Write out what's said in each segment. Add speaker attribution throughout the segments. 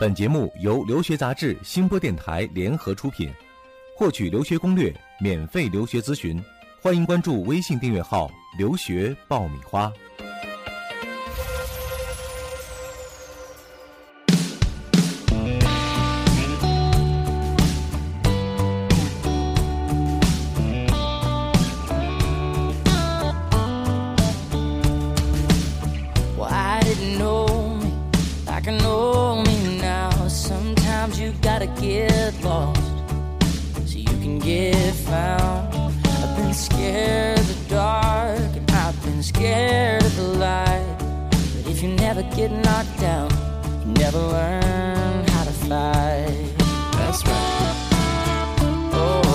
Speaker 1: 本节目由留学杂志、新播电台联合出品。获取留学攻略、免费留学咨询，欢迎关注微信订阅号“留学爆米花”。
Speaker 2: Well, I didn't know me like I know me now. Sometimes you gotta get lost so you can get found. I've been scared of the dark and I've been scared of the light. But if you never get knocked down, you never learn how to fight. That's right. Oh.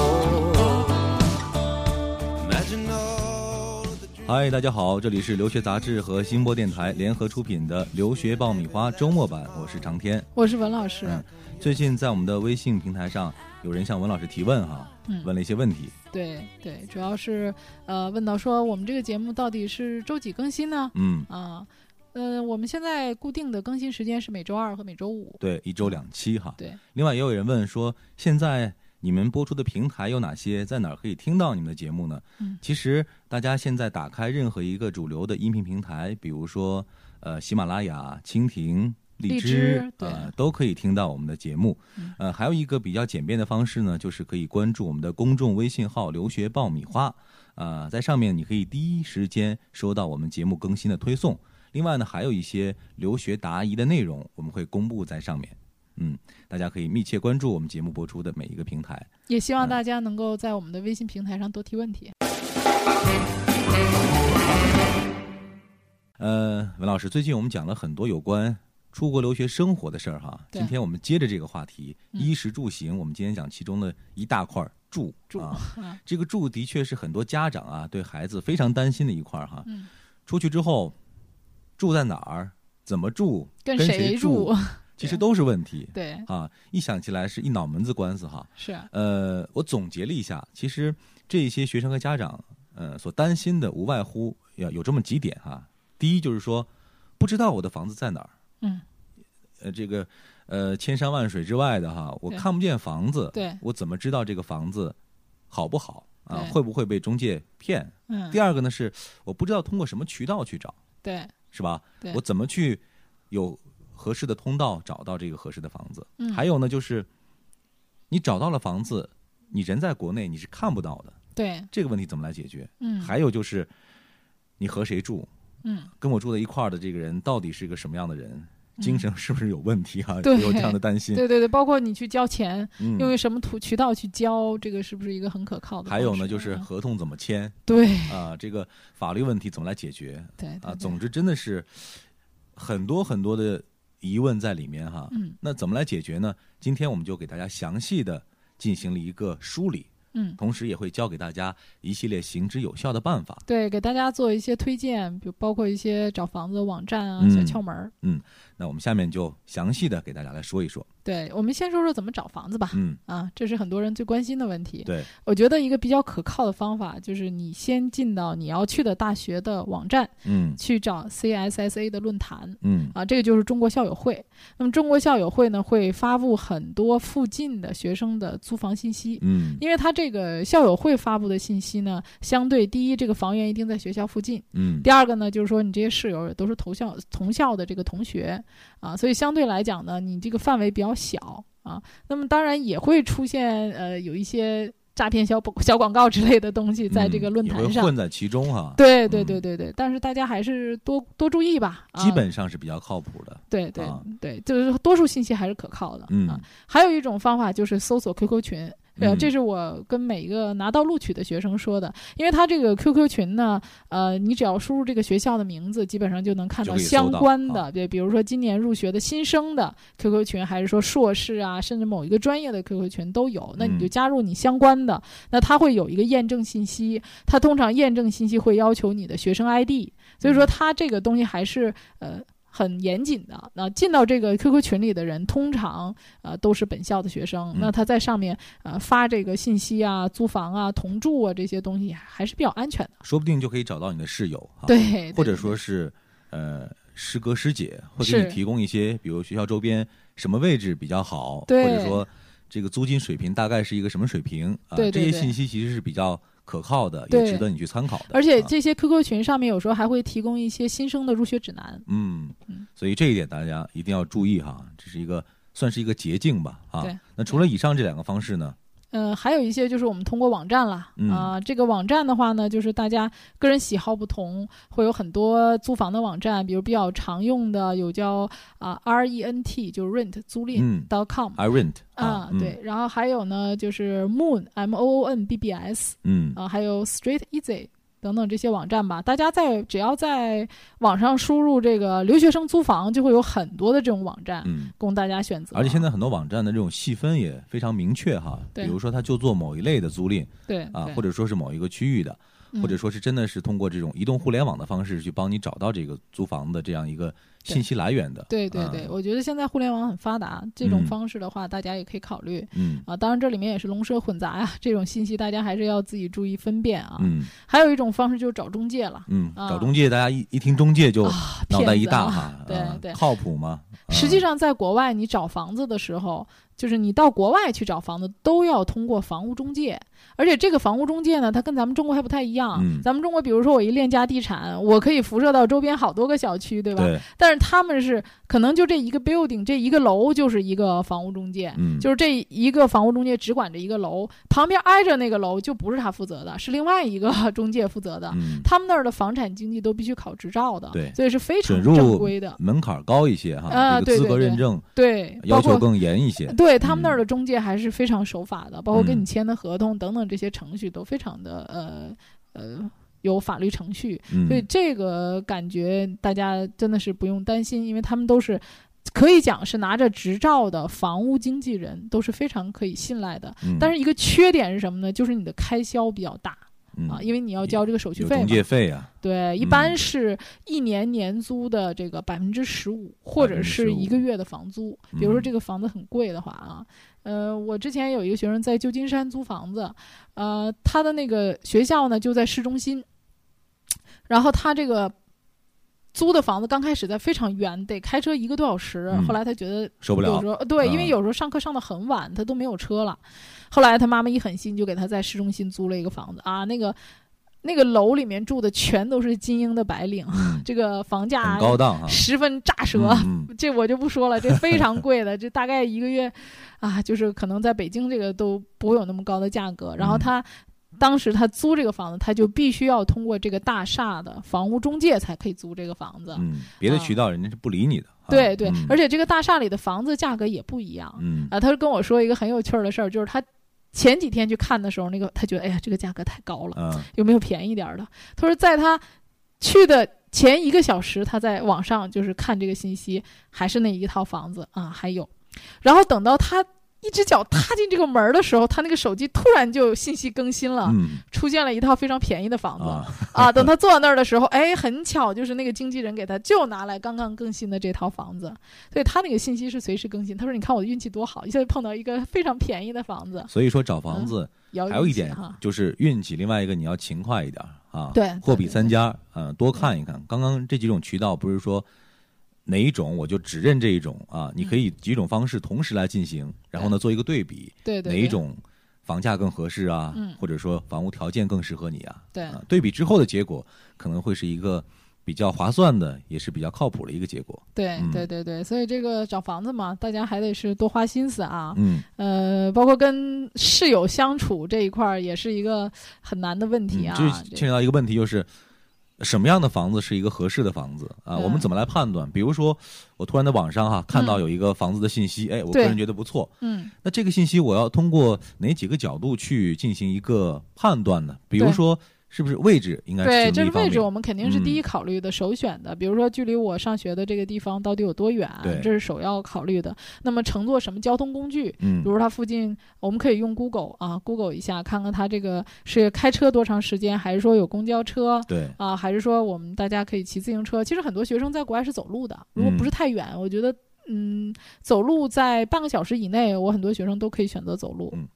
Speaker 3: Imagine all of the dreams.
Speaker 1: 嗨，大家好，这里是留学杂志和新播电台联合出品的《留学爆米花》周末版，我是长天。
Speaker 4: 我是文老师。
Speaker 1: 嗯，最近在我们的微信平台上，有人向文老师提问哈，
Speaker 4: 嗯
Speaker 1: 问了一些问题。
Speaker 4: 对对，主要是呃问到说我们这个节目到底是周几更新呢？
Speaker 1: 嗯，
Speaker 4: 啊，呃，我们现在固定的更新时间是每周二和每周五。
Speaker 1: 对，一周两期哈。
Speaker 4: 对，
Speaker 1: 另外也有人问说，现在你们播出的平台有哪些？在哪儿可以听到你们的节目呢？
Speaker 4: 嗯
Speaker 1: 其实大家现在打开任何一个主流的音频平台，比如说呃喜马拉雅、蜻蜓。荔
Speaker 4: 荔
Speaker 1: 枝
Speaker 4: 枝对
Speaker 1: 呃都可以听到我们的节目
Speaker 4: 嗯，
Speaker 1: 呃，还有一个比较简便的方式呢，就是可以关注我们的公众微信号“留学爆米花”，呃，在上面你可以第一时间收到我们节目更新的推送。另外呢，还有一些留学答疑的内容，我们会公布在上面。嗯，大家可以密切关注我们节目播出的每一个平台。
Speaker 4: 也希望
Speaker 1: 嗯
Speaker 4: 大家能够在我们的微信平台上多提问题。
Speaker 1: 呃，文老师，最近我们讲了很多有关出国留学生活的事儿哈。
Speaker 4: 对
Speaker 1: 今天我们接着这个话题，
Speaker 4: 嗯
Speaker 1: 衣食住行，我们今天讲其中的一大块儿住
Speaker 4: 住
Speaker 1: 啊。
Speaker 4: 啊，
Speaker 1: 这个住的确是很多家长啊对孩子非常担心的一块儿哈。
Speaker 4: 嗯
Speaker 1: 出去之后住在哪儿，怎么住，
Speaker 4: 跟
Speaker 1: 谁
Speaker 4: 谁住？
Speaker 1: 其实都是问题
Speaker 4: 对，
Speaker 1: 啊。一想起来是一脑门子官司哈。
Speaker 4: 是
Speaker 1: 呃，我总结了一下，其实这些学生和家长，呃，所担心的无外乎要有这么几点哈。第一就是说，不知道我的房子在哪儿，
Speaker 4: 嗯，
Speaker 1: 呃，这个呃千山万水之外的哈，我
Speaker 4: 对
Speaker 1: 看不见房子，
Speaker 4: 对，
Speaker 1: 我怎么知道这个房子好不好啊？
Speaker 4: 对
Speaker 1: 会不会被中介骗？
Speaker 4: 嗯
Speaker 1: 第，二个呢是，我不知道通过什么渠道去找，
Speaker 4: 对，
Speaker 1: 是吧
Speaker 4: 对？
Speaker 1: 我怎么去有合适的通道找到这个合适的房子？
Speaker 4: 嗯
Speaker 1: 还有呢，就是你找到了房子，你人在国内你是看不到的，
Speaker 4: 对，
Speaker 1: 这个问题怎么来解决？
Speaker 4: 嗯，
Speaker 1: 还有就是你和谁住，
Speaker 4: 嗯，
Speaker 1: 跟我住在一块儿的这个人到底是个什么样的人？精神是不是有问题啊？
Speaker 4: 对
Speaker 1: 有这样的担心。
Speaker 4: 对对对，包括你去交钱，
Speaker 1: 嗯，
Speaker 4: 用于什么途渠道去交，这个是不是一个很可靠的方
Speaker 1: 还
Speaker 4: 式？
Speaker 1: 有呢，就是
Speaker 4: 嗯
Speaker 1: 合同怎么签
Speaker 4: 对
Speaker 1: 啊、这个法律问题怎么来解决
Speaker 4: 对对
Speaker 1: 啊？
Speaker 4: 对
Speaker 1: 总之，真的是很多很多的疑问在里面哈。
Speaker 4: 嗯
Speaker 1: 那怎么来解决呢？今天我们就给大家详细的进行了一个梳理，
Speaker 4: 嗯。
Speaker 1: 同时也会教给大家一系列行之有效的办法。
Speaker 4: 对，给大家做一些推荐，比如包括一些找房子的网站啊、
Speaker 1: 嗯
Speaker 4: 小窍门儿。
Speaker 1: 那我们下面就详细的给大家来说一说。
Speaker 4: 对，我们先说说怎么找房子吧。
Speaker 1: 嗯，
Speaker 4: 啊，这是很多人最关心的问题。
Speaker 1: 对，
Speaker 4: 我觉得一个比较可靠的方法就是你先进到你要去的大学的网站
Speaker 1: 嗯
Speaker 4: 去找 CSSA 的论坛。
Speaker 1: 嗯
Speaker 4: 啊，这个就是中国校友会。那么中国校友会呢，会发布很多附近的学生的租房信息。
Speaker 1: 嗯
Speaker 4: 因为它这个校友会发布的信息呢，相对第一，这个房源一定在学校附近；
Speaker 1: 嗯
Speaker 4: 第二个呢，就是说你这些室友也都是同校同校的这个同学啊，所以相对来讲呢，你这个范围比较小啊。那么当然也会出现呃有一些诈骗小广小广告之类的东西在这个
Speaker 1: 嗯
Speaker 4: 论
Speaker 1: 也
Speaker 4: 坛
Speaker 1: 会
Speaker 4: 上。
Speaker 1: 混在其中哈。
Speaker 4: 对对
Speaker 1: 嗯
Speaker 4: 对对对，但是大家还是多多注意吧。啊、
Speaker 1: 基本上是比较靠谱的。
Speaker 4: 对对、
Speaker 1: 啊
Speaker 4: 对，就是多数信息还是可靠的、
Speaker 1: 嗯
Speaker 4: 啊。还有一种方法就是搜索 QQ 群，呃，
Speaker 1: 嗯
Speaker 4: 这是我跟每一个拿到录取的学生说的，因为他这个 QQ 群呢，呃，你只要输入这个学校的名字，基本上就能看
Speaker 1: 就
Speaker 4: 到
Speaker 1: 可以搜到
Speaker 4: 相关
Speaker 1: 啊
Speaker 4: 的，对，比如说今年入学的新生的 QQ 群，还是说硕士啊，甚至某一个专业的 QQ 群都有，那你就
Speaker 1: 嗯
Speaker 4: 加入你相关的，那他会有一个验证信息，他通常验证信息会要求你的学生 ID，所
Speaker 1: 嗯
Speaker 4: 以说他这个东西还是呃。很严谨的，那进到这个 QQ 群里的人，通常呃都是本校的学生。
Speaker 1: 嗯
Speaker 4: 那他在上面呃发这个信息啊、租房啊、同住啊这些东西，还是比较安全的。
Speaker 1: 说不定就可以找到你的室友哈。，
Speaker 4: 对，
Speaker 1: 啊或
Speaker 4: 对
Speaker 1: 者说是呃师哥师姐会给你
Speaker 4: 是
Speaker 1: 提供一些，比如学校周边什么位置比较好，或
Speaker 4: 对
Speaker 1: 者说这个租金水平大概是一个什么水平啊？
Speaker 4: 对对
Speaker 1: 这些
Speaker 4: 对
Speaker 1: 信息其实是比较可靠的，也
Speaker 4: 对
Speaker 1: 值得你去参考的。
Speaker 4: 而且
Speaker 1: 啊
Speaker 4: 这些 QQ 群上面有时候还会提供一些新生的入学指南。
Speaker 1: 嗯
Speaker 4: 嗯，
Speaker 1: 所以这一点大家一定要注意哈，这是一个算是一个捷径吧啊
Speaker 4: 对。
Speaker 1: 那除了以上这两个方式呢？
Speaker 4: 呃，还有一些就是我们通过网站啦，啊、
Speaker 1: 嗯
Speaker 4: 这个网站的话呢，就是大家个人喜好不同，会有很多租房的网站，比如比较常用的有叫啊、R E N T，就是 rent 租赁
Speaker 1: 嗯
Speaker 4: dot com、
Speaker 1: ，I rent
Speaker 4: 啊，
Speaker 1: 嗯
Speaker 4: 对，然后还有呢就是 moon m o o n b b s
Speaker 1: 嗯
Speaker 4: 啊，还有 street easy。等等这些网站吧，大家在只要在网上输入这个留学生租房，就会有很多的这种网站
Speaker 1: 嗯。
Speaker 4: 供大家选择啊。
Speaker 1: 而且现在很多网站的这种细分也非常明确哈，比
Speaker 4: 对
Speaker 1: 如说它就做某一类的租赁
Speaker 4: 对
Speaker 1: 啊，
Speaker 4: 对
Speaker 1: 或者说是某一个区域的，或者
Speaker 4: 嗯
Speaker 1: 说是真的是通过这种移动互联网的方式去帮你找到这个租房的这样一个信息来源的。
Speaker 4: 对对对，
Speaker 1: 啊
Speaker 4: 我觉得现在互联网很发达，这种
Speaker 1: 嗯
Speaker 4: 方式的话，大家也可以考虑
Speaker 1: 嗯
Speaker 4: 啊。当然，这里面也是龙蛇混杂呀、这种信息大家还是要自己注意分辨啊。
Speaker 1: 嗯
Speaker 4: 还有一种方式就是找中介了，
Speaker 1: 嗯，
Speaker 4: 啊
Speaker 1: 找中介，大家一一听中介就脑袋一大
Speaker 4: 骗子啊。
Speaker 1: 哈，
Speaker 4: 对
Speaker 1: 啊
Speaker 4: 对
Speaker 1: 靠谱吗？啊
Speaker 4: 实际，上，在国外你找房子的时候，就是你到国外去找房子，都要通过房屋中介。而且这个房屋中介呢，它跟咱们中国还不太一样。
Speaker 1: 嗯
Speaker 4: 咱们中国，比如说我一链家地产，我可以辐射到周边好多个小区，对吧？
Speaker 1: 对，
Speaker 4: 但是他们是可能就这一个 building，这一个楼就是一个房屋中介。
Speaker 1: 嗯，
Speaker 4: 就是这一个房屋中介只管着一个楼，旁边挨着那个楼就不是他负责的，是另外一个 中介负责的。
Speaker 1: 嗯，
Speaker 4: 他们那儿的房产经纪都必须考执照的，
Speaker 1: 对
Speaker 4: 所以是非
Speaker 1: 准
Speaker 4: 常
Speaker 1: 入
Speaker 4: 正规的。
Speaker 1: 门槛高一些哈，
Speaker 4: 啊
Speaker 1: 这个资
Speaker 4: 对对
Speaker 1: 格
Speaker 4: 对
Speaker 1: 认证
Speaker 4: 对，
Speaker 1: 要
Speaker 4: 包
Speaker 1: 求
Speaker 4: 括
Speaker 1: 更严一些。
Speaker 4: 对他们
Speaker 1: 嗯
Speaker 4: 那儿的中介还是非常守法的，包括跟
Speaker 1: 嗯
Speaker 4: 你签的合同等等这些程序都非常的呃呃有法律程序，
Speaker 1: 嗯
Speaker 4: 所以这个感觉大家真的是不用担心，因为他们都是。可以讲是拿着执照的房屋经纪人都是非常可以信赖的，
Speaker 1: 嗯
Speaker 4: 但是一个缺点是什么呢？就是你的开销比较大
Speaker 1: 嗯
Speaker 4: 啊，因为你要
Speaker 1: 有
Speaker 4: 交这个手续
Speaker 1: 有
Speaker 4: 费
Speaker 1: 中
Speaker 4: 嘛。
Speaker 1: 介费啊，
Speaker 4: 对，一
Speaker 1: 嗯
Speaker 4: 般是一年年租的这个百分之十五，或者是
Speaker 1: 15%
Speaker 4: 一个月的房租。比如说
Speaker 1: 嗯
Speaker 4: 这个房子很贵的话啊，呃，我之前有一个学生在旧金山租房子，呃，他的那个学校呢就在市中心，然后他这个。租的房子刚开始在非常远，得开车一个多小时。
Speaker 1: 嗯
Speaker 4: 后来他觉得
Speaker 1: 受不
Speaker 4: 有
Speaker 1: 了
Speaker 4: 时，候呃对，因
Speaker 1: 嗯
Speaker 4: 为有时候上课上的很晚，他都没有车了。后来他妈妈一狠心，就给他在市中心租了一个房子啊，那个那个楼里面住的全都是精英的白领，
Speaker 1: 嗯，
Speaker 4: 这个房价
Speaker 1: 很高档哈，
Speaker 4: 十分炸舌。
Speaker 1: 嗯，嗯
Speaker 4: 这我就不说了，这非常贵的，这 大概一个月，啊，就是可能在北京这个都不会有那么高的价格。然后
Speaker 1: 嗯
Speaker 4: 他、当时他租这个房子，他就必须要通过这个大厦的房屋中介才可以租这个房子。
Speaker 1: 嗯，别的渠道人家是不理你的。啊
Speaker 4: 对对，而
Speaker 1: 且，
Speaker 4: 且这个大厦里的房子价格也不一样。
Speaker 1: 嗯
Speaker 4: 啊，他跟我说一个很有趣儿的事儿，就是他前几天去看的时候，那个他觉得哎呀，这个价格太高了，
Speaker 1: 嗯
Speaker 4: 有没有便宜点儿的？他说在他去的前一个小时，他在网上就是看这个信息，还是那一套房子啊，还有，然后等到他一只脚踏进这个门儿的时候，他那个手机突然就信息更新了。
Speaker 1: 嗯
Speaker 4: 出现了一套非常便宜的房子
Speaker 1: 啊，
Speaker 4: 啊等他坐在那儿的时候，哎，很巧，就是那个经纪人给他就拿来刚刚更新的这套房子，所以他那个信息是随时更新。他说：“你看我的运气多好，一下就碰到一个非常便宜的房子。
Speaker 1: 所以说找房子
Speaker 4: 摇运气”
Speaker 1: 还有一点
Speaker 4: 哈，
Speaker 1: 就是运气，另外一个你要勤快一点啊，
Speaker 4: 对
Speaker 1: 货
Speaker 4: 对
Speaker 1: 比
Speaker 4: 对
Speaker 1: 三家，嗯，多看一看。刚刚这几种渠道不是说哪一种我就只认这一种啊，你
Speaker 4: 嗯
Speaker 1: 可以几种方式同时来进行，然后呢做一个对比，
Speaker 4: 对对
Speaker 1: 哪
Speaker 4: 对
Speaker 1: 一种房价更合适啊
Speaker 4: 嗯，
Speaker 1: 或者说房屋条件更适合你啊，
Speaker 4: 对
Speaker 1: 啊对比之后的结果可能会是一个比较划算的，也是比较靠谱的一个结果，
Speaker 4: 对
Speaker 1: 嗯
Speaker 4: 对对对，所以这个找房子嘛，大家还得是多花心思啊。
Speaker 1: 嗯。
Speaker 4: 呃，包括跟室友相处这一块儿，也是一个很难的问题啊。
Speaker 1: 嗯、这
Speaker 4: 这
Speaker 1: 牵扯到一个问题，就是什么样的房子是一个合适的房子啊？
Speaker 4: 嗯
Speaker 1: 我们怎么来判断？比如说，我突然在网上哈、看到有一个房子的信息，哎，我个
Speaker 4: 对
Speaker 1: 人觉得不错，
Speaker 4: 嗯
Speaker 1: 那这个信息我要通过哪几个角度去进行一个判断呢？比如
Speaker 4: 对
Speaker 1: 说，是不是位置应该
Speaker 4: 对，
Speaker 1: 这
Speaker 4: 这
Speaker 1: 一
Speaker 4: 是
Speaker 1: 方
Speaker 4: 位置，我
Speaker 1: 面？嗯
Speaker 4: 们肯定是第一考虑的、首选的。比如说，距离我上学的这个地方到底有多远啊
Speaker 1: 对，
Speaker 4: 这是首要考虑的。那么乘坐什么交通工具？
Speaker 1: 嗯
Speaker 4: 比如它附近，我们可以用 Google 啊，Google 一下，看看它这个是开车多长时间，还是说有公交车
Speaker 1: 对，
Speaker 4: 啊，还是说我们大家可以骑自行车？其实很多学生在国外是走路的，
Speaker 1: 嗯
Speaker 4: 如果不是太远，我觉得嗯，走路在半个小时以内，我很多学生都可以选择走路。
Speaker 1: 嗯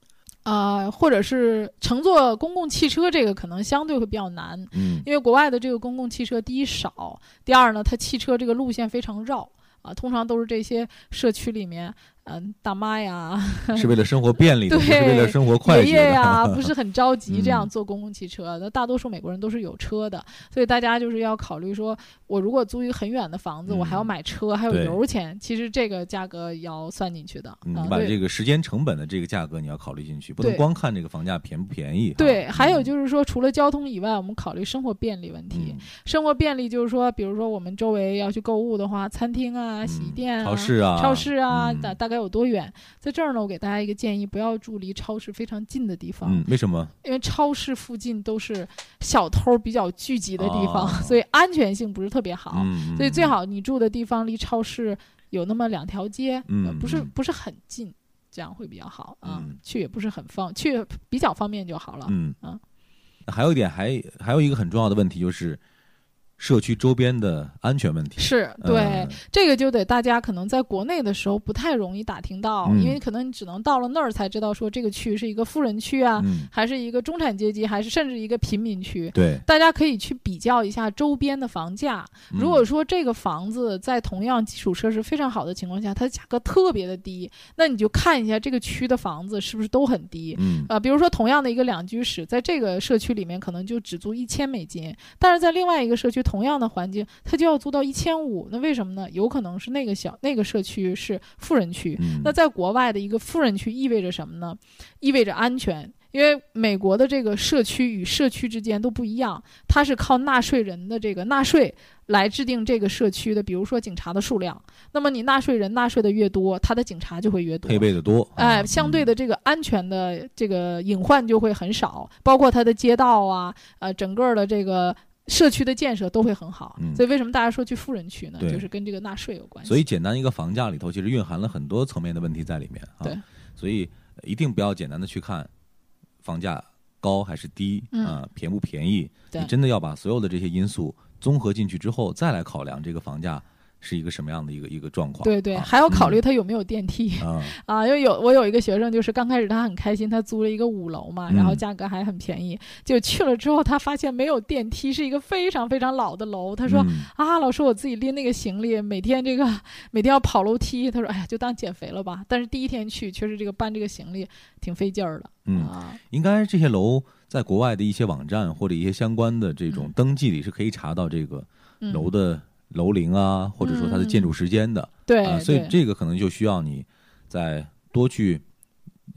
Speaker 4: 呃，或者是乘坐公共汽车，这个可能相对会比较难，
Speaker 1: 嗯
Speaker 4: 因为国外的这个公共汽车，第一少，第二呢，它汽车这个路线非常绕啊，通常都是这些社区里面，嗯、大妈 呀、
Speaker 1: 是为了生活便利的，不是
Speaker 4: 对
Speaker 1: 为了生活快
Speaker 4: 爷
Speaker 1: 捷
Speaker 4: 爷
Speaker 1: 的。
Speaker 4: 呀，不是很着急这样
Speaker 1: 啊嗯
Speaker 4: 坐公共汽车。那、大多数美国人都是有车的，所以大家就是要考虑说，我如果租一个很远的房子，我还要
Speaker 1: 嗯
Speaker 4: 买车，还有
Speaker 1: 对
Speaker 4: 油钱，其实这个价格要算进去的。
Speaker 1: 嗯
Speaker 4: 啊
Speaker 1: 你把
Speaker 4: 对
Speaker 1: 这个时间成本的这个价格你要考虑进去，不能
Speaker 4: 对
Speaker 1: 光看这个房价便不便宜哈。
Speaker 4: 对，还有
Speaker 1: 嗯
Speaker 4: 就是说，除了交通以外，我们考虑生活便利问题。
Speaker 1: 嗯
Speaker 4: 生活便利就是说，比如说我们周围要去购物的话，餐厅啊、洗衣
Speaker 1: 嗯
Speaker 4: 店啊、
Speaker 1: 超市啊、
Speaker 4: 超市啊，
Speaker 1: 嗯
Speaker 4: 大大概有多远？在这儿呢，我给大家一个建议，不要住离超市非常近的地方，
Speaker 1: 嗯，为什么？
Speaker 4: 因为超市附近都是小偷比较聚集的地方，
Speaker 1: 哦
Speaker 4: 所以安全性不是特别好。
Speaker 1: 嗯，
Speaker 4: 所以最
Speaker 1: 嗯
Speaker 4: 好你住的地方离超市有那么两条街，呃
Speaker 1: 嗯
Speaker 4: 不是
Speaker 1: 嗯
Speaker 4: 不是很近，这样会比较好啊。
Speaker 1: 嗯
Speaker 4: 去也不是很方，去比较方便就好了。
Speaker 1: 嗯
Speaker 4: 啊
Speaker 1: 那还有一点，还还有一个很重要的问题就是社区周边的安全问题。
Speaker 4: 是对、
Speaker 1: 嗯
Speaker 4: 这个就得大家可能在国内的时候不太容易打听到，
Speaker 1: 嗯
Speaker 4: 因为可能你只能到了那儿才知道说这个区是一个富人区啊，
Speaker 1: 嗯，
Speaker 4: 还是一个中产阶级，还是甚至一个贫民区。
Speaker 1: 对。
Speaker 4: 大家可以去比较一下周边的房价。
Speaker 1: 嗯
Speaker 4: 如果说这个房子在同样基础设施非常好的情况下，它的价格特别的低，那你就看一下这个区的房子是不是都很低。
Speaker 1: 嗯
Speaker 4: 呃，比如说同样的一个两居室，在这个社区里面可能就只租一千美金，但是在另外一个社区同样的环境，它就要租到一千五。那为什么呢？有可能是那个小那个社区是富人区，
Speaker 1: 嗯，
Speaker 4: 那在国外的一个富人区意味着什么呢？意味着安全，因为美国的这个社区与社区之间都不一样，它是靠纳税人的这个纳税来制定这个社区的，比如说警察的数量。那么你纳税人纳税的越多，他的警察就会越多。
Speaker 1: 配备的多，
Speaker 4: 哎，
Speaker 1: 啊
Speaker 4: 相对的这个安全的这个隐患就会很少，包括它的街道啊，呃，整个的这个社区的建设都会很好。
Speaker 1: 嗯
Speaker 4: 所以为什么大家说去富人区呢？
Speaker 1: 对
Speaker 4: 就是跟这个纳税有关系。
Speaker 1: 所以简单一个房价里头，其实蕴含了很多层面的问题在里面啊。
Speaker 4: 对，
Speaker 1: 所以呃一定不要简单的去看房价高还是低
Speaker 4: 嗯
Speaker 1: 啊，便不便宜，
Speaker 4: 对
Speaker 1: 你真的要把所有的这些因素综合进去之后，再来考量这个房价是一个什么样的一个一个状况。
Speaker 4: 对对，
Speaker 1: 啊
Speaker 4: 还要考虑它有没有电梯。
Speaker 1: 啊，
Speaker 4: 啊，因为有我有一个学生，就是刚开始他很开心，他租了一个五楼嘛，然后
Speaker 1: 嗯
Speaker 4: 价格还很便宜。就去了之后，他发现没有电梯，是一个非常非常老的楼。他说：“
Speaker 1: 嗯
Speaker 4: 啊，老师，我自己拎那个行李，每天这个每天要跑楼梯。”他说：“哎呀，就当减肥了吧。”但是第一天去，确实这个搬这个行李挺费劲儿的、
Speaker 1: 嗯，
Speaker 4: 啊。
Speaker 1: 应该这些楼在国外的一些网站或者一些相关的这种
Speaker 4: 嗯
Speaker 1: 登记里是可以查到这个
Speaker 4: 嗯、
Speaker 1: 楼的楼龄啊，或者说它的建筑时间的。
Speaker 4: 对、
Speaker 1: 啊，所以
Speaker 4: 对
Speaker 1: 这个可能就需要你再多去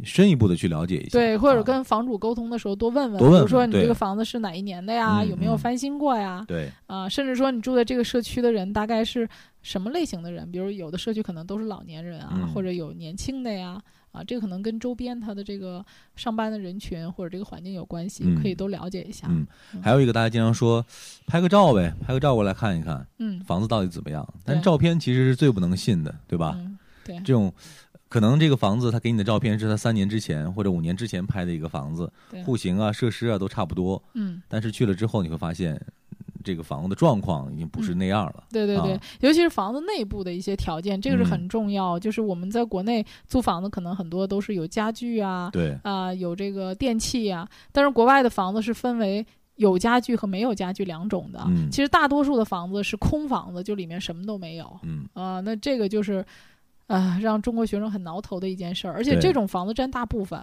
Speaker 1: 深一步的去了解一下，
Speaker 4: 对，或者
Speaker 1: 啊
Speaker 4: 跟房主沟通的时候多问问，
Speaker 1: 多问
Speaker 4: 比
Speaker 1: 问
Speaker 4: 如说你这
Speaker 1: 对
Speaker 4: 个房子是哪一年的呀，
Speaker 1: 嗯
Speaker 4: 有没有
Speaker 1: 嗯
Speaker 4: 翻新过呀？
Speaker 1: 对
Speaker 4: 啊，甚至说你住在这个社区的人大概是什么类型的人？比如有的社区可能都是老年人啊，
Speaker 1: 嗯
Speaker 4: 或者有年轻的呀，啊，这个可能跟周边他的这个上班的人群或者这个环境有关系，
Speaker 1: 嗯
Speaker 4: 可以都了解一下。
Speaker 1: 嗯
Speaker 4: 嗯
Speaker 1: 还有一个大家经常说，拍个照呗，拍个照过来看一看
Speaker 4: 嗯
Speaker 1: 房子到底怎么样。但
Speaker 4: 对
Speaker 1: 照片其实是最不能信的，对吧？
Speaker 4: 嗯，对，
Speaker 1: 这种可能这个房子他给你的照片是他三年之前或者五年之前拍的一个房子，
Speaker 4: 对
Speaker 1: 户型啊、设施啊都差不多，
Speaker 4: 嗯，
Speaker 1: 但是去了之后你会发现，这个房子的状况已经
Speaker 4: 嗯
Speaker 1: 不是那样了。
Speaker 4: 对对对，
Speaker 1: 啊嗯
Speaker 4: 尤其是房子内部的一些条件，这个是很重要。就是我们在国内租房子，可能很多都是有家具啊，
Speaker 1: 对，
Speaker 4: 啊、有这个电器呀、但是国外的房子是分为有家具和没有家具两种的。啊
Speaker 1: 嗯
Speaker 4: 其实大多数的房子是空房子，就里面什么都没有
Speaker 1: 嗯，
Speaker 4: 啊、那这个就是。啊、让中国学生很挠头的一件事儿，而且
Speaker 1: 对
Speaker 4: 这种房子占大部分。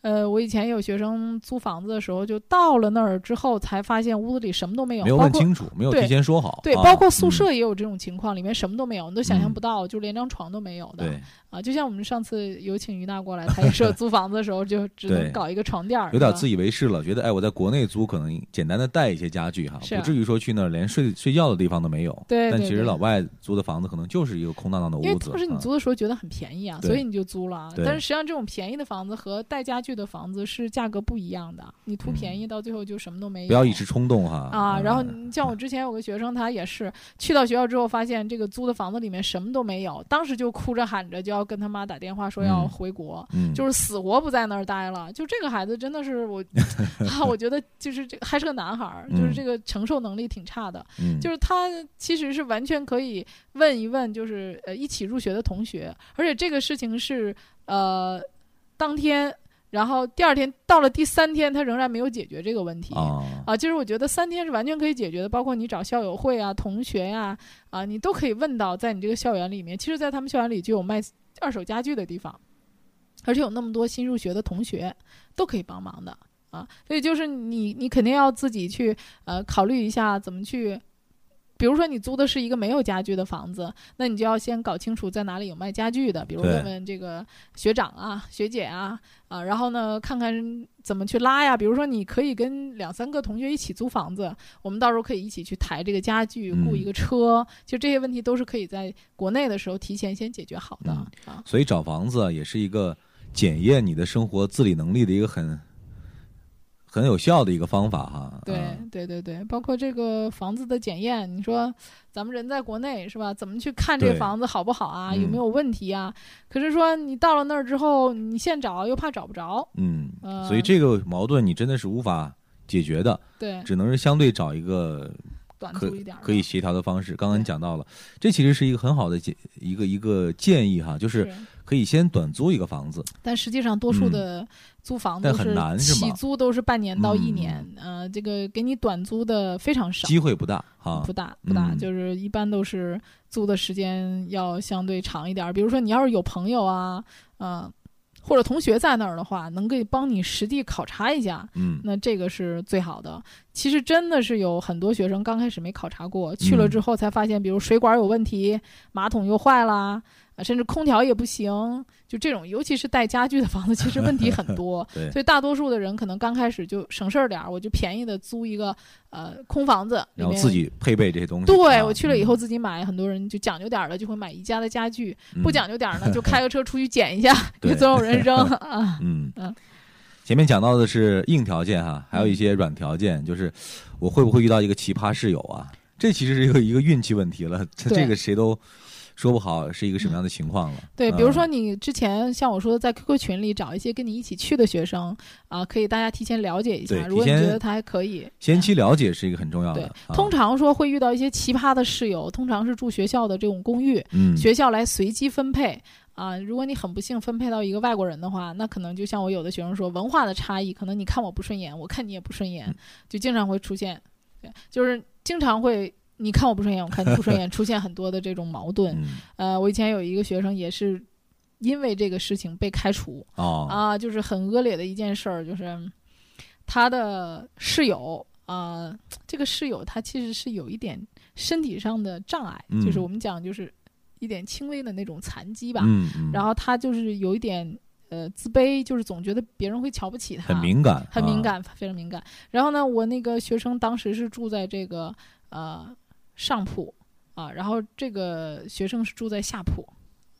Speaker 4: 呃，我以前有学生租房子的时候，就到了那儿之后才发现屋子里什么都没有，
Speaker 1: 没有
Speaker 4: 包
Speaker 1: 问
Speaker 4: 括
Speaker 1: 清楚，没有
Speaker 4: 对
Speaker 1: 提前说好。
Speaker 4: 对，
Speaker 1: 啊
Speaker 4: 包括宿
Speaker 1: 嗯
Speaker 4: 舍也有这种情况，里面什么都没有，你都想象
Speaker 1: 嗯
Speaker 4: 不到，就连张床都没有的。
Speaker 1: 对，
Speaker 4: 啊，就像我们上次有请于娜过来，她也 是租房子的时候就只能
Speaker 1: 对
Speaker 4: 搞一个床垫儿，
Speaker 1: 有点
Speaker 4: 是
Speaker 1: 自
Speaker 4: 吧。
Speaker 1: 以为是了，觉得哎，我在国内租可能简单的带一些家具哈，
Speaker 4: 是啊
Speaker 1: 不至于说去那儿连睡睡觉的地方都没有。
Speaker 4: 对
Speaker 1: 但
Speaker 4: 对
Speaker 1: 其实
Speaker 4: 对
Speaker 1: 老外租的房子可能就是一个空荡荡的
Speaker 4: 因为
Speaker 1: 屋子。
Speaker 4: 当时你
Speaker 1: 啊
Speaker 4: 租的时候觉得很便宜啊，
Speaker 1: 对
Speaker 4: 所以你就租了啊。
Speaker 1: 对
Speaker 4: 但是实际上，这种便宜的房子和带家具的房子是价格不一样的。你图便宜，到最后就什么都没有。
Speaker 1: 嗯不要一时冲动哈。
Speaker 4: 啊。
Speaker 1: 嗯
Speaker 4: 然后你像我之前有个学生，他也是去到学校之后，发现这个租的房子里面什么都没有，当时就哭着喊着就要跟他妈打电话说要
Speaker 1: 嗯
Speaker 4: 回国。
Speaker 1: 嗯，
Speaker 4: 就是是死活不在那儿待了。就这个孩子真的是 我，啊，我觉得就是这还是个男孩儿，就是
Speaker 1: 嗯
Speaker 4: 这个承受能力挺差的。
Speaker 1: 嗯
Speaker 4: 就是他其实是完全可以问一问，就是呃一起入学的同学，而且这个事情是呃当天。然后第二天到了第三天，他仍然没有解决这个问题。
Speaker 1: 啊，
Speaker 4: 啊，就是我觉得三天是完全可以解决的，包括你找校友会啊、同学呀、啊，你都可以问到，在你这个校园里面，其实，在他们校园里就有卖二手家具的地方，而且有那么多新入学的同学都可以帮忙的啊，所以就是你你肯定要自己去呃考虑一下怎么去。比如说你租的是一个没有家具的房子，那你就要先搞清楚在哪里有卖家具的，比如
Speaker 1: 对
Speaker 4: 问问这个学长啊、学姐啊啊，然后呢看看怎么去拉呀。比如说你可以跟两三个同学一起租房子，我们到时候可以一起去抬这个家具，雇
Speaker 1: 嗯
Speaker 4: 一个车，其实这些问题都是可以在国内的时候提前先解决好的、
Speaker 1: 嗯
Speaker 4: 啊。
Speaker 1: 所以找房子啊也是一个检验你的生活自理能力的一个很很有效的一个方法哈。
Speaker 4: 对
Speaker 1: 嗯
Speaker 4: 对对对，包括这个房子的检验，你说咱们人在国内是吧？怎么去看这
Speaker 1: 对
Speaker 4: 房子好不好啊？
Speaker 1: 嗯
Speaker 4: 有没有问题啊？可是说你到了那儿之后，你现找又怕找不着，
Speaker 1: 嗯，
Speaker 4: 呃
Speaker 1: 所以这个矛盾你真的是无法解决的，
Speaker 4: 对，
Speaker 1: 只能是相对找一个
Speaker 4: 短
Speaker 1: 可
Speaker 4: 途一点儿
Speaker 1: 可以
Speaker 4: 的
Speaker 1: 协调的方式。刚刚
Speaker 4: 对
Speaker 1: 你讲到了，这其实是一个很好的建一个一个建议哈，就是
Speaker 4: 是。
Speaker 1: 可以先短租一个房子，
Speaker 4: 但实际上，多数
Speaker 1: 嗯
Speaker 4: 的租房
Speaker 1: 但
Speaker 4: 都
Speaker 1: 很难是
Speaker 4: 起
Speaker 1: 吗
Speaker 4: 租都是半年到一
Speaker 1: 嗯
Speaker 4: 年，呃，这个给你短租的非常少，
Speaker 1: 机会不大哈
Speaker 4: 不。大不大，
Speaker 1: 嗯
Speaker 4: 就是一般都是租的时间要相对长一点儿。比如说你要是有朋友啊，呃，或者同学在那儿的话，能给帮你实地考察一下，
Speaker 1: 嗯，
Speaker 4: 那这个是最好的。其实真的是有很多学生刚开始没考察过，去了
Speaker 1: 嗯。
Speaker 4: 之后才发现，比如水管有问题，马桶又坏啦，啊，甚至空调也不行，就这种，尤其是带家具的房子，其实问题很多
Speaker 1: 对
Speaker 4: 所以大多数的人可能刚开始就省事儿点儿，我就便宜的租一个呃空房子，里
Speaker 1: 然后
Speaker 4: 面
Speaker 1: 自。己配备这些东西。
Speaker 4: 对
Speaker 1: 啊
Speaker 4: 我去了以后，自己买，很多人就讲究点儿的就会买宜家的家具，
Speaker 1: 嗯
Speaker 4: 不讲究点儿 呢就开个车出去捡一下，也
Speaker 1: 对
Speaker 4: 总有人扔 啊。
Speaker 1: 嗯
Speaker 4: 嗯，
Speaker 1: 前面讲到的是硬条件哈，还有一些软条件，就是我会不会遇到一个奇葩室友啊？这其实是一个一个运气问题了，这
Speaker 4: 对
Speaker 1: 这个谁都说不好是一个什么样的情况了。
Speaker 4: 对，比如说
Speaker 1: 嗯
Speaker 4: 你之前像我说的，在 QQ 群里找一些跟你一起去的学生啊，可以大家提前了解一
Speaker 1: 对
Speaker 4: 下。如果你
Speaker 1: 提前
Speaker 4: 觉得他还可以，
Speaker 1: 先期了解是一个很重要
Speaker 4: 对
Speaker 1: 的，，啊
Speaker 4: 通常说会遇到一些奇葩的室友，通常是住学校的这种公寓，
Speaker 1: 嗯
Speaker 4: 学校来随机分配啊。如果你很不幸分配到一个外国人的话，那可能就像我有的学生说，文化的差异，可能你看我不顺眼，我看你也不顺眼
Speaker 1: 嗯，
Speaker 4: 就经常会出现，对，就是经常会你看我不顺眼，我看你不 顺眼，出现很多的这种矛盾。
Speaker 1: 嗯
Speaker 4: 呃，我以前有一个学生也是因为这个事情被开除
Speaker 1: 哦
Speaker 4: 啊，就是很恶劣的一件事儿，就是他的室友啊、这个室友他其实是有一点身体上的障碍，就是
Speaker 1: 嗯
Speaker 4: 我们讲就是一点轻微的那种残疾吧，
Speaker 1: 嗯嗯，
Speaker 4: 然后他就是有一点呃自卑，就是总觉得别人会瞧不起他，
Speaker 1: 很敏感，
Speaker 4: 很
Speaker 1: 啊
Speaker 4: 敏，感，非常敏感。然后呢，我那个学生当时是住在这个呃上铺啊，然后这个学生是住在下铺，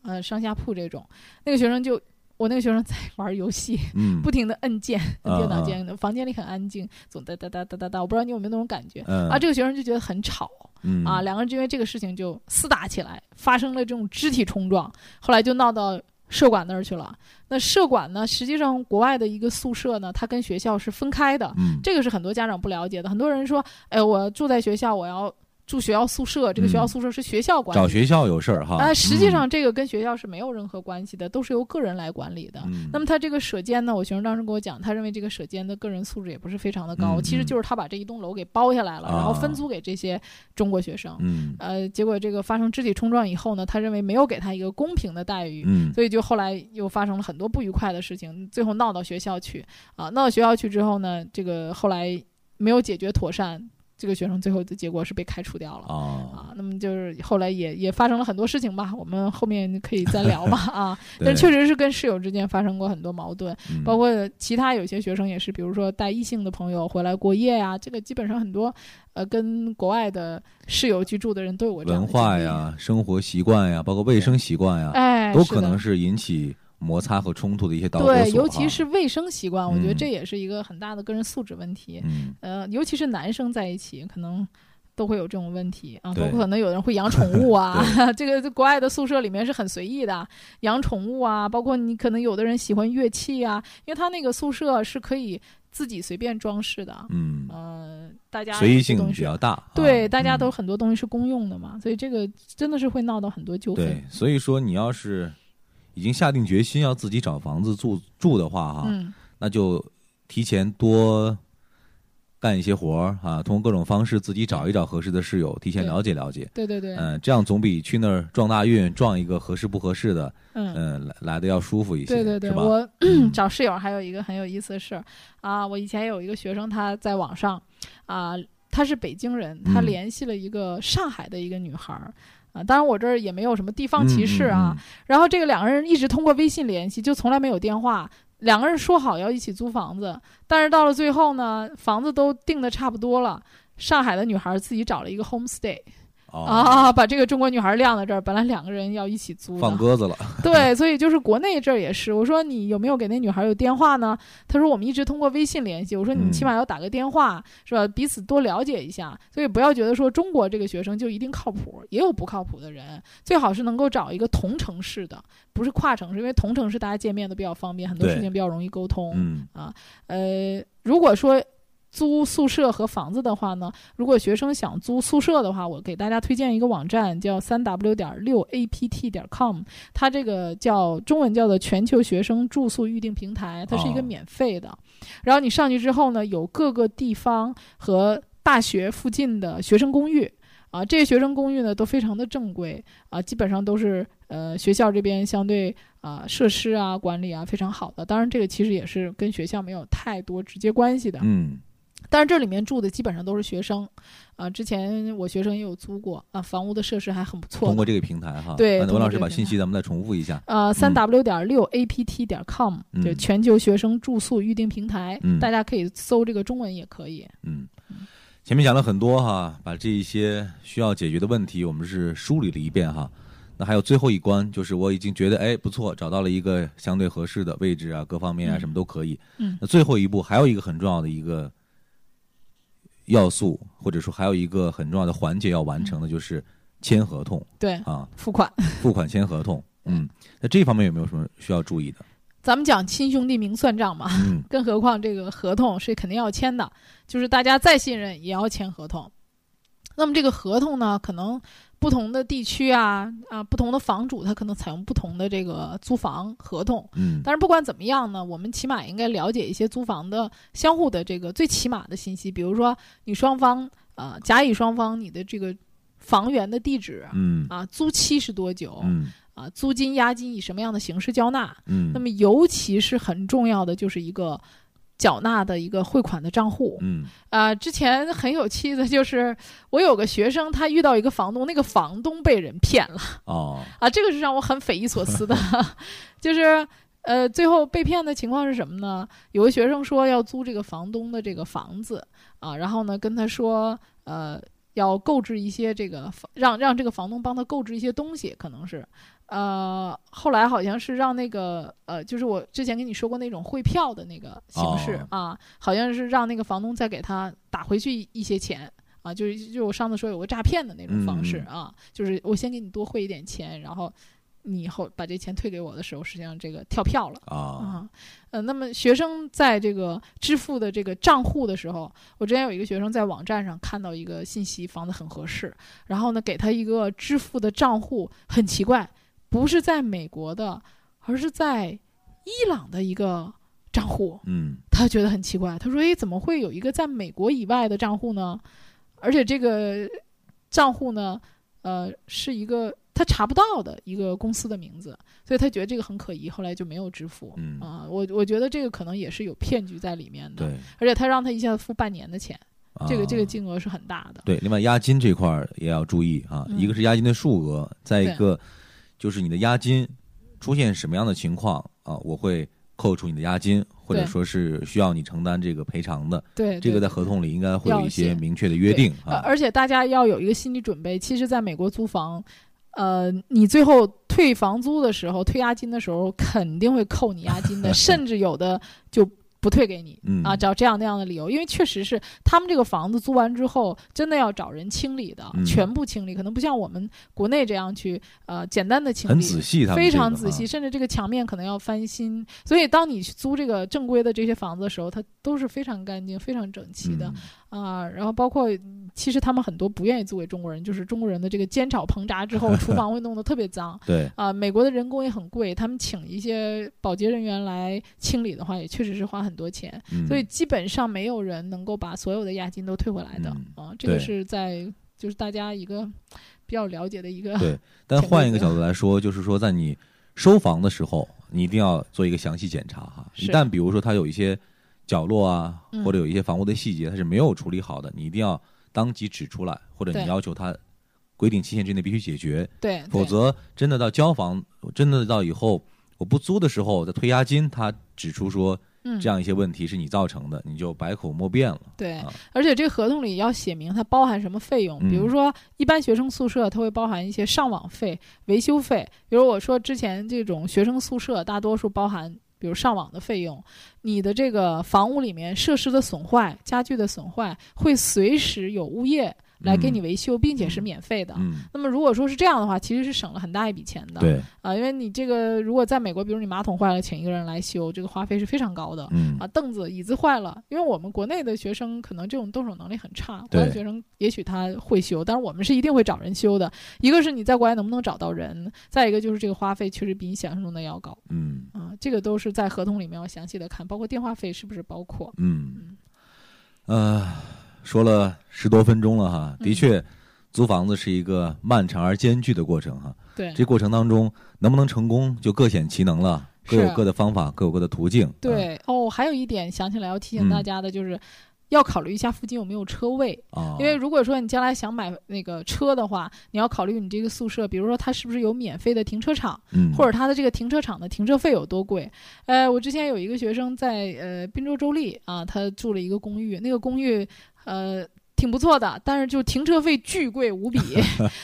Speaker 4: 呃上下铺这种。那个学生就我那个学生在玩游戏，
Speaker 1: 嗯，
Speaker 4: 不停的摁键，
Speaker 1: 啊
Speaker 4: 电脑键，房间里很安静，总哒哒哒哒哒哒。我不知道你有没有那种感觉
Speaker 1: 嗯
Speaker 4: 啊？这个学生就觉得很吵。
Speaker 1: 嗯
Speaker 4: 啊，两个人就因为这个事情就厮打起来，发生了这种肢体冲撞，后来就闹到社管那儿去了。那社管呢，实际上国外的一个宿舍呢，它跟学校是分开的，
Speaker 1: 嗯
Speaker 4: 这个是很多家长不了解的。很多人说，哎，我住在学校，我要住学校宿舍，这个学校
Speaker 1: 嗯
Speaker 4: 宿舍是学校管
Speaker 1: 找
Speaker 4: 理。
Speaker 1: 学校有事儿哈，
Speaker 4: 啊，实际
Speaker 1: 嗯
Speaker 4: 上这个跟学校是没有任何关系的，都是由个人来管理的。
Speaker 1: 嗯
Speaker 4: 那么他这个舍监呢，我学生当时跟我讲，他认为这个舍监的个人素质也不是非常的高，
Speaker 1: 嗯
Speaker 4: 其实
Speaker 1: 嗯
Speaker 4: 就是他把这一栋楼给包下来了，然后
Speaker 1: 啊
Speaker 4: 分租给这些中国学生。
Speaker 1: 嗯
Speaker 4: 呃，结果这个发生肢体冲撞以后呢，他认为没有给他一个公平的待遇，
Speaker 1: 嗯
Speaker 4: 所以就后来又发生了很多不愉快的事情，最后闹到学校去啊，闹到学校去之后呢，这个后来没有解决妥善，这个学生最后的结果是被开除掉了。
Speaker 1: 啊，
Speaker 4: 啊，那么就是后来也也发生了很多事情吧，我们后面可以再聊吧啊。但
Speaker 1: 对
Speaker 4: 是确实是跟室友之间发生过很多矛盾，
Speaker 1: 嗯
Speaker 4: 包括其他有些学生也是，比如说带异性的朋友回来过夜呀、这个基本上很多呃跟国外的室友居住的人都有过这样
Speaker 1: 文
Speaker 4: 的
Speaker 1: 化
Speaker 4: 经历，
Speaker 1: 呀、生活习惯呀，包括卫生习惯呀，
Speaker 4: 哎，
Speaker 1: 都
Speaker 4: 是
Speaker 1: 可
Speaker 4: 的
Speaker 1: 能是引起摩擦和冲突的一些导火索哈。啊
Speaker 4: 对，尤其是卫生习惯，我觉得
Speaker 1: 嗯
Speaker 4: 这也是一个很大的个人素质问题。
Speaker 1: 嗯，
Speaker 4: 呃，尤其是男生在一起，可能。都会有这种问题啊，包
Speaker 1: 对
Speaker 4: 括可能有人会养宠物啊， 这个在国外的宿舍里面是很随意的，养宠物啊，包括你可能有的人喜欢乐器啊，因为他那个宿舍是可以自己随便装饰的，
Speaker 1: 嗯，
Speaker 4: 呃，大家
Speaker 1: 随意
Speaker 4: 这
Speaker 1: 性
Speaker 4: 东
Speaker 1: 比
Speaker 4: 西
Speaker 1: 较大。啊
Speaker 4: 对，大家都
Speaker 1: 嗯
Speaker 4: 很多东西是公用的嘛，所以这个真的是会闹到很多纠纷。
Speaker 1: 对，所以说你要是。已经下定决心要自己找房子住住的话哈，
Speaker 4: 嗯，
Speaker 1: 那就提前多干一些活儿啊，通过各种方式自己找一找合适的室友，提前
Speaker 4: 对
Speaker 1: 了解了解。
Speaker 4: 对对对，
Speaker 1: 嗯、这样总比去那儿撞大运撞一个合适不合适的，
Speaker 4: 嗯
Speaker 1: 嗯、来来的要舒服一些，
Speaker 4: 对对对，
Speaker 1: 是吧？嗯
Speaker 4: 我嗯找室友还有一个很有意思的事儿啊，我以前有一个学生，他在网上啊，他是北京人，他
Speaker 1: 嗯
Speaker 4: 联系了一个上海的一个女孩儿。啊，当然我这儿也没有什么地方歧视啊。
Speaker 1: 嗯，嗯
Speaker 4: 然后这个两个人一直通过微信联系，就从来没有电话。两个人说好要一起租房子，但是到了最后呢，房子都定的差不多了。上海的女孩儿自己找了一个 homestay、
Speaker 1: 嗯哦，
Speaker 4: 啊，把这个中国女孩儿晾在这儿。本来两个人要一起租的，
Speaker 1: 放鸽子了，
Speaker 4: 对，所以就是国内这儿也是，我说你有没有给那女孩有电话呢？她说我们一直通过微信联系。我说你
Speaker 1: 嗯
Speaker 4: 起码要打个电话，是吧？彼此多了解一下。所以不要觉得说中国这个学生就一定靠谱，也有不靠谱的人。最好是能够找一个同城市的，不是跨城市，因为同城市大家见面都比较方便，很多
Speaker 1: 对
Speaker 4: 事情比较容易沟通。
Speaker 1: 嗯
Speaker 4: 呃，如果说租宿舍和房子的话呢，如果学生想租宿舍的话，我给大家推荐一个网站，叫三 w 点六 apt 点 com，它这个叫中文叫做全球学生住宿预订平台，它是一个
Speaker 1: 哦
Speaker 4: 免费的。然后你上去之后呢，有各个地方和大学附近的学生公寓。啊，这些学生公寓呢都非常的正规啊，基本上都是呃学校这边相对啊、设施啊管理啊非常好的。当然，这个其实也是跟学校没有太多直接关系的。
Speaker 1: 嗯，
Speaker 4: 但是这里面住的基本上都是学生，啊、之前我学生也有租过啊，房屋的设施还很不错
Speaker 1: 通
Speaker 4: 的。
Speaker 1: 过这个平台哈，
Speaker 4: 对
Speaker 1: 那
Speaker 4: 通
Speaker 1: 文
Speaker 4: 过
Speaker 1: 老
Speaker 4: 这
Speaker 1: 师
Speaker 4: 个
Speaker 1: 把
Speaker 4: 平
Speaker 1: 信
Speaker 4: 台
Speaker 1: 息咱们再重复一下，
Speaker 4: 呃，
Speaker 1: 嗯
Speaker 4: 三 w 点六 apt 点 com，、
Speaker 1: 嗯
Speaker 4: 就是全球学生住宿预订平台，
Speaker 1: 嗯
Speaker 4: 大家可以搜这个中文也可以。
Speaker 1: 嗯，前面讲了很多哈，把这一些需要解决的问题，我们是梳理了一遍哈。那还有最后一关，就是我已经觉得哎不错，找到了一个相对合适的位置啊，各方面啊
Speaker 4: 嗯
Speaker 1: 什么都可以。
Speaker 4: 嗯
Speaker 1: 那最后一步还有一个很重要的一个要素，或者说还有一个很重要的环节要完成
Speaker 4: 嗯
Speaker 1: 的，就是签合同
Speaker 4: 对，
Speaker 1: 啊，
Speaker 4: 付款。
Speaker 1: 付款签合同。嗯，那这方面有没有什么需要注意的？
Speaker 4: 咱们讲亲兄弟明算账嘛，
Speaker 1: 嗯
Speaker 4: 更何况这个合同是肯定要签的，就是大家再信任也要签合同。那么这个合同呢，可能不同的地区啊啊，不同的房主他可能采用不同的这个租房合同。
Speaker 1: 嗯
Speaker 4: 但是不管怎么样呢，我们起码应该了解一些租房的相互的这个最起码的信息，比如说你双方啊，甲乙双方你的这个房源的地址
Speaker 1: 嗯
Speaker 4: 啊，租期是多久
Speaker 1: 嗯
Speaker 4: 啊，租金押金以什么样的形式交纳，
Speaker 1: 嗯
Speaker 4: 那么尤其是很重要的就是一个缴纳的一个汇款的账户。
Speaker 1: 嗯
Speaker 4: 啊、之前很有气的就是我有个学生，他遇到一个房东，那个房东被人骗了
Speaker 1: 哦
Speaker 4: 啊，这个是让我很匪夷所思的，就是。呃，最后被骗的情况是什么呢？有个学生说要租这个房东的这个房子啊，然后呢跟他说，呃，要购置一些这个房，让让这个房东帮他购置一些东西，可能是，呃，后来好像是让那个呃，就是我之前跟你说过那种汇票的那个形式、啊，好像是让那个房东再给他打回去一一些钱啊，就是就是我上次说有个诈骗的那种方式
Speaker 1: 嗯
Speaker 4: 啊，就是我先给你多汇一点钱，然后你以后把这钱退给我的时候，实际上这个跳票了。
Speaker 1: 啊
Speaker 4: 啊，呃，那么学生在这个支付的这个账户的时候，我之前有一个学生在网站上看到一个信息，房子很合适，然后呢，给他一个支付的账户，很奇怪，不是在美国的，而是在伊朗的一个账户，
Speaker 1: 嗯
Speaker 4: 他觉得很奇怪，他说：“诶，怎么会有一个在美国以外的账户呢？而且这个账户呢，呃，是一个他查不到的一个公司的名字，所以他觉得这个很可疑，后来就没有支付。
Speaker 1: 嗯
Speaker 4: 啊、我我觉得这个可能也是有骗局在里面的，
Speaker 1: 对。
Speaker 4: 而且他让他一下子付半年的钱，这个、这
Speaker 1: 啊
Speaker 4: 个金额是很大的。
Speaker 1: 对，另外押金这块儿也要注意啊，
Speaker 4: 嗯
Speaker 1: 一个是押金的数额，再一
Speaker 4: 对
Speaker 1: 个就是你的押金出现什么样的情况啊，我会扣除你的押金，或者
Speaker 4: 对
Speaker 1: 说是需要你承担这个赔偿的。
Speaker 4: 对，
Speaker 1: 这个
Speaker 4: 对
Speaker 1: 在合同里应该会有
Speaker 4: 要
Speaker 1: 一些
Speaker 4: 写
Speaker 1: 明确的约
Speaker 4: 对
Speaker 1: 定
Speaker 4: 呃，
Speaker 1: 啊。
Speaker 4: 而且大家要有一个心理准备，其实在美国租房，呃，你最后退房租的时候、退押金的时候，肯定会扣你押 金的，甚至有的就不退给你。
Speaker 1: 嗯
Speaker 4: 啊，找这样那样的理由，因为确实是他们这个房子租完之后，真的要找人清理的，
Speaker 1: 嗯
Speaker 4: 全部清理，可能不像我们国内这样去呃简单的清理，
Speaker 1: 很仔细，他们
Speaker 4: 非
Speaker 1: 这
Speaker 4: 常
Speaker 1: 个
Speaker 4: 仔
Speaker 1: 啊
Speaker 4: 细，。甚至这个墙面可能要翻新。所以，当你去租这个正规的这些房子的时候，它都是非常干净、非常整齐的。
Speaker 1: 嗯
Speaker 4: 啊，然后包括其实他们很多不愿意租给中国人，就是中国人的这个煎炒烹炸之后，厨房会弄得特别脏。
Speaker 1: 对，
Speaker 4: 啊、美国的人工也很贵，他们请一些保洁人员来清理的话，也确实是花很多钱，
Speaker 1: 嗯
Speaker 4: 所以基本上没有人能够把所有的押金都退回来的、
Speaker 1: 嗯
Speaker 4: 啊。这个
Speaker 1: 对
Speaker 4: 是在就是大家一个比较了解的一个
Speaker 1: 对但
Speaker 4: 前
Speaker 1: 换
Speaker 4: 辈
Speaker 1: 一个
Speaker 4: 子
Speaker 1: 角度来说，就是说在你收房的时候，你一定要做一个详细检查哈。一
Speaker 4: 是
Speaker 1: 旦比如说它有一些角落啊，
Speaker 4: 嗯
Speaker 1: 或者有一些房屋的细节它是没有处理好的，你一定要当即指出来，或者
Speaker 4: 对
Speaker 1: 你要求它规定期限之内必须解决，
Speaker 4: 对，
Speaker 1: 否
Speaker 4: 对
Speaker 1: 则真的到交房，真的到以后我不租的时候再退押金，他指出说
Speaker 4: 嗯
Speaker 1: 这样一些问题是你造成的，你就百口莫辩了。
Speaker 4: 对
Speaker 1: 啊，
Speaker 4: 而且这个合同里要写明它包含什么费用，比如
Speaker 1: 嗯
Speaker 4: 说一般学生宿舍它会包含一些上网费、维修费，比如我说之前这种学生宿舍大多数包含。比如上网的费用，你的这个房屋里面设施的损坏、家具的损坏，会随时有物业来给你维修，并且是免费的。
Speaker 1: 嗯，
Speaker 4: 那么如果说是这样的话，其实是省了很大一笔钱的。
Speaker 1: 对，
Speaker 4: 啊，因为你这个如果在美国，比如你马桶坏了，请一个人来修，这个花费是非常高的。
Speaker 1: 嗯
Speaker 4: 啊，凳子、椅子坏了，因为我们国内的学生可能这种动手能力很差，国外的
Speaker 1: 对
Speaker 4: 学生也许他会修，但是我们是一定会找人修的。一个是你在国外能不能找到人，再一个就是这个花费确实比你想象中的要高
Speaker 1: 嗯。
Speaker 4: 啊，这个都是在合同里面要详细的看，包括电话费是不是包括。
Speaker 1: 嗯，呃，说了十多分钟了哈，
Speaker 4: 嗯
Speaker 1: 的确，租房子是一个漫长而艰巨的过程哈。
Speaker 4: 对
Speaker 1: 这过程当中能不能成功，就各显其能了，各有
Speaker 4: 是
Speaker 1: 各的方法，各有各的途径。
Speaker 4: 对、哦，还有一点想起来要提醒大
Speaker 1: 嗯
Speaker 4: 家的就是。要考虑一下附近有没有车位，
Speaker 1: 啊，
Speaker 4: 因为如果说你将来想买那个车的话，你要考虑你这个宿舍，比如说它是不是有免费的停车场，
Speaker 1: 嗯，
Speaker 4: 或者它的这个停车场的停车费有多贵。呃，我之前有一个学生在呃滨州州立啊，他住了一个公寓，那个公寓呃挺不错的，但是就停车费巨贵无比，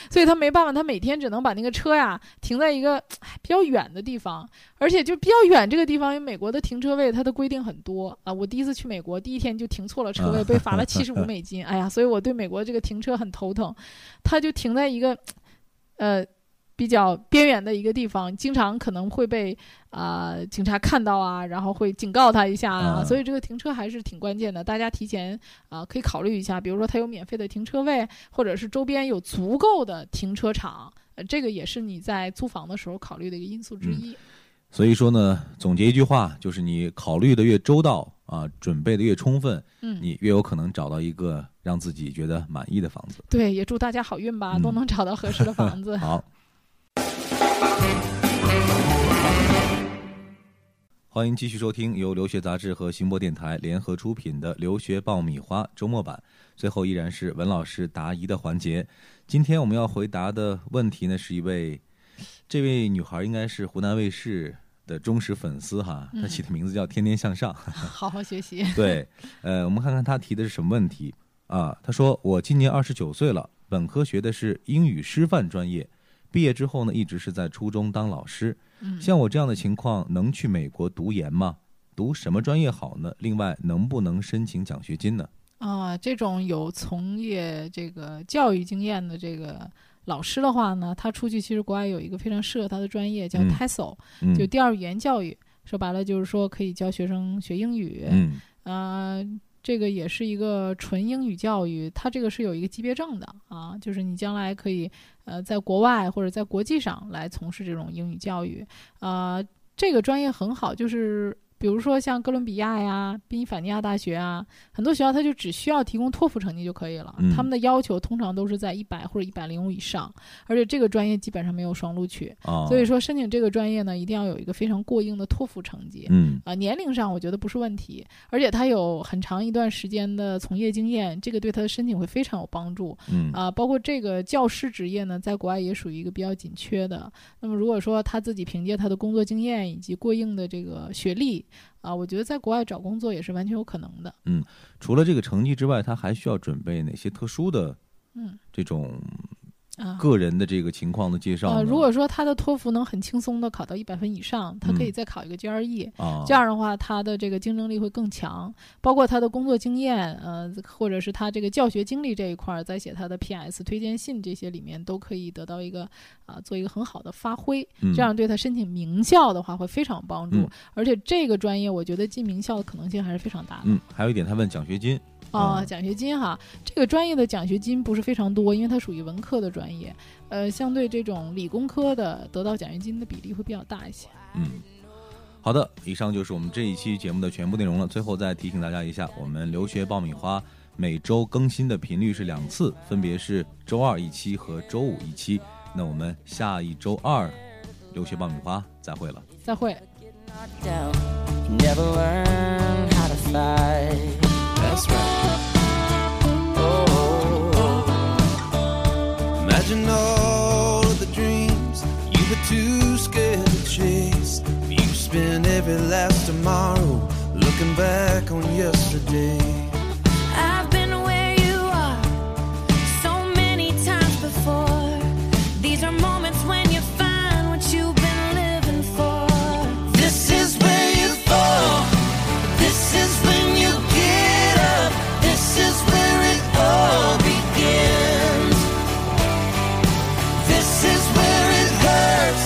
Speaker 4: 所以他没办法，他每天只能把那个车呀停在一个唉比较远的地方，而且就比较远这个地方，因为美国的停车位它的规定很多啊。我第一次去美国，第一天就停错了车位，被罚了七十五美金。哎呀，所以我对美国这个停车很头疼。他就停在一个呃比较边缘的一个地方，经常可能会被啊、呃警察看到啊，然后会警告他一下啊，
Speaker 1: 嗯
Speaker 4: 所以这个停车还是挺关键的，大家提前啊、可以考虑一下，比如说它有免费的停车位，或者是周边有足够的停车场。呃这个也是你在租房的时候考虑的一个因素之
Speaker 1: 嗯
Speaker 4: 一。
Speaker 1: 所以说呢，总结一句话，就是你考虑的越周到啊，准备的越充分，
Speaker 4: 嗯，
Speaker 1: 你越有可能找到一个让自己觉得满意的房子。
Speaker 4: 对，也祝大家好运吧，都
Speaker 1: 嗯
Speaker 4: 能找到合适的房 子。
Speaker 1: 好，欢迎继续收听由留学杂志和行播电台联合出品的《留学爆米花》周末版。最后依然是文老师答疑的环节。今天我们要回答的问题呢，是一位这位女孩应该是湖南卫视的忠实粉丝哈，她起的名字叫“天天向上”。
Speaker 4: 好好学习。
Speaker 1: 对，呃，我们看看他提的是什么问题啊？他说我今年二十九岁了，本科学的是英语师范专业，毕业之后呢，一直是在初中当老师。
Speaker 4: 嗯
Speaker 1: 像我这样的情况，能去美国读研吗？读什么专业好呢？另外，能不能申请奖学金呢？
Speaker 4: 啊，这种有从业这个教育经验的这个老师的话呢，他出去其实国外有一个非常适合他的专业叫
Speaker 1: 嗯
Speaker 4: TESOL，、
Speaker 1: 嗯，
Speaker 4: 就第二语言教育。说白了就是说可以教学生学英语，
Speaker 1: 嗯
Speaker 4: 啊，这个也是一个纯英语教育，它这个是有一个级别证的啊，就是你将来可以呃在国外或者在国际上来从事这种英语教育啊、这个专业很好，就是。比如说像哥伦比亚呀、宾夕法尼亚大学啊，很多学校它就只需要提供托福成绩就可以了。
Speaker 1: 嗯
Speaker 4: 他们的要求通常都是在一百或者一百零五以上，而且这个专业基本上没有双录取，
Speaker 1: 啊，
Speaker 4: 所以说申请这个专业呢，一定要有一个非常过硬的托福成绩。
Speaker 1: 嗯
Speaker 4: 啊、年龄上我觉得不是问题，而且他有很长一段时间的从业经验，这个对他的申请会非常有帮助
Speaker 1: 嗯
Speaker 4: 啊、包括这个教师职业呢，在国外也属于一个比较紧缺的。那么如果说他自己凭借他的工作经验以及过硬的这个学历啊、我觉得在国外找工作也是完全有可能的。
Speaker 1: 除了这个成绩之外，他还需要准备哪些特殊的
Speaker 4: 嗯
Speaker 1: 这种
Speaker 4: 啊。
Speaker 1: 个人的这个情况的介绍
Speaker 4: 啊、
Speaker 1: 呢？
Speaker 4: 如果说他的托福能很轻松的考到一百分以上，他可以
Speaker 1: 嗯
Speaker 4: 再考一个 E GRE，、
Speaker 1: 啊，
Speaker 4: 这样的话，他的这个竞争力会更强，包括他的工作经验，呃，或者是他这个教学经历这一块儿，在写他的 PS 推荐信这些里面，都可以得到一个啊、做一个很好的发挥。
Speaker 1: 嗯
Speaker 4: 这样对他申请名校的话会非常有帮助，
Speaker 1: 嗯
Speaker 4: 而且这个专业我觉得进名校的可能性还是非常大的。
Speaker 1: 嗯嗯，还有一点，他问奖学金，
Speaker 4: 啊、
Speaker 1: 嗯
Speaker 4: 奖学金哈，这个专业的奖学金不是非常多，因为它属于文科的专业，呃，相对这种理工科的得到奖学金的比例会比较大一些。
Speaker 1: 嗯，好的，以上就是我们这一期节目的全部内容了。最后再提醒大家一下，我们留学爆米花每周更新的频率是两次，分别是周二一期和周五一期。那我们下一周二留学爆米花再会了。
Speaker 4: 再会。
Speaker 2: knocked down. You never learn how to fight. That's right. Oh,
Speaker 3: Imagine all of the dreams you were too scared to chase. You spend every last tomorrow looking back on yesterday.
Speaker 5: I've been where you are so many times before. These are moments when you find what you've been living for.
Speaker 3: This is where you fall. This is when you get up. This is where it all begins. This is where it hurts.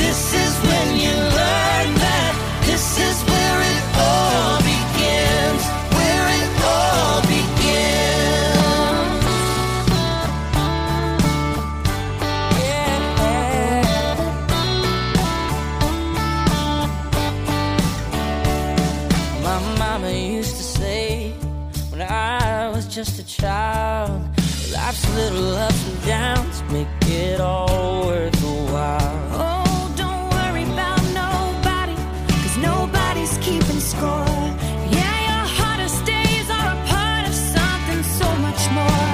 Speaker 3: This is when you learn that. This is where it all begins. Where it all begins.
Speaker 2: yeah. My mama used to say when I was just a child, life's little ups and downs make it all worth the while.
Speaker 5: Oh, don't worry about nobody, cause nobody's keeping score. Yeah, your hardest days are a part of something so much more.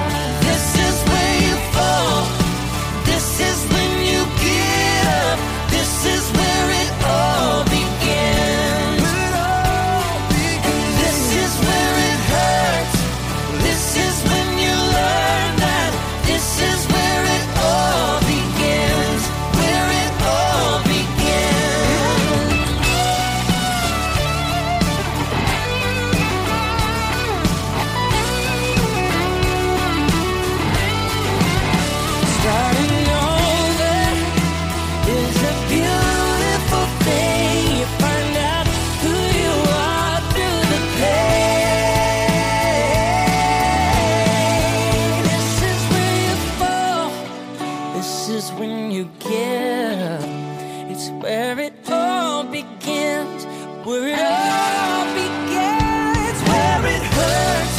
Speaker 3: This is where you fall. This is when you get up. This is where it all begins. And This is where it hurts. This is when you learn that. This is where it all begins. Where it all begins.
Speaker 2: Starting over is a beautiful thing. You find out who you are through the pain. This is where you fall. This is when you get up. It's where it all begins. Where it all begins.
Speaker 3: Where it hurts.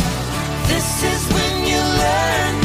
Speaker 3: This is when you learn
Speaker 2: oh,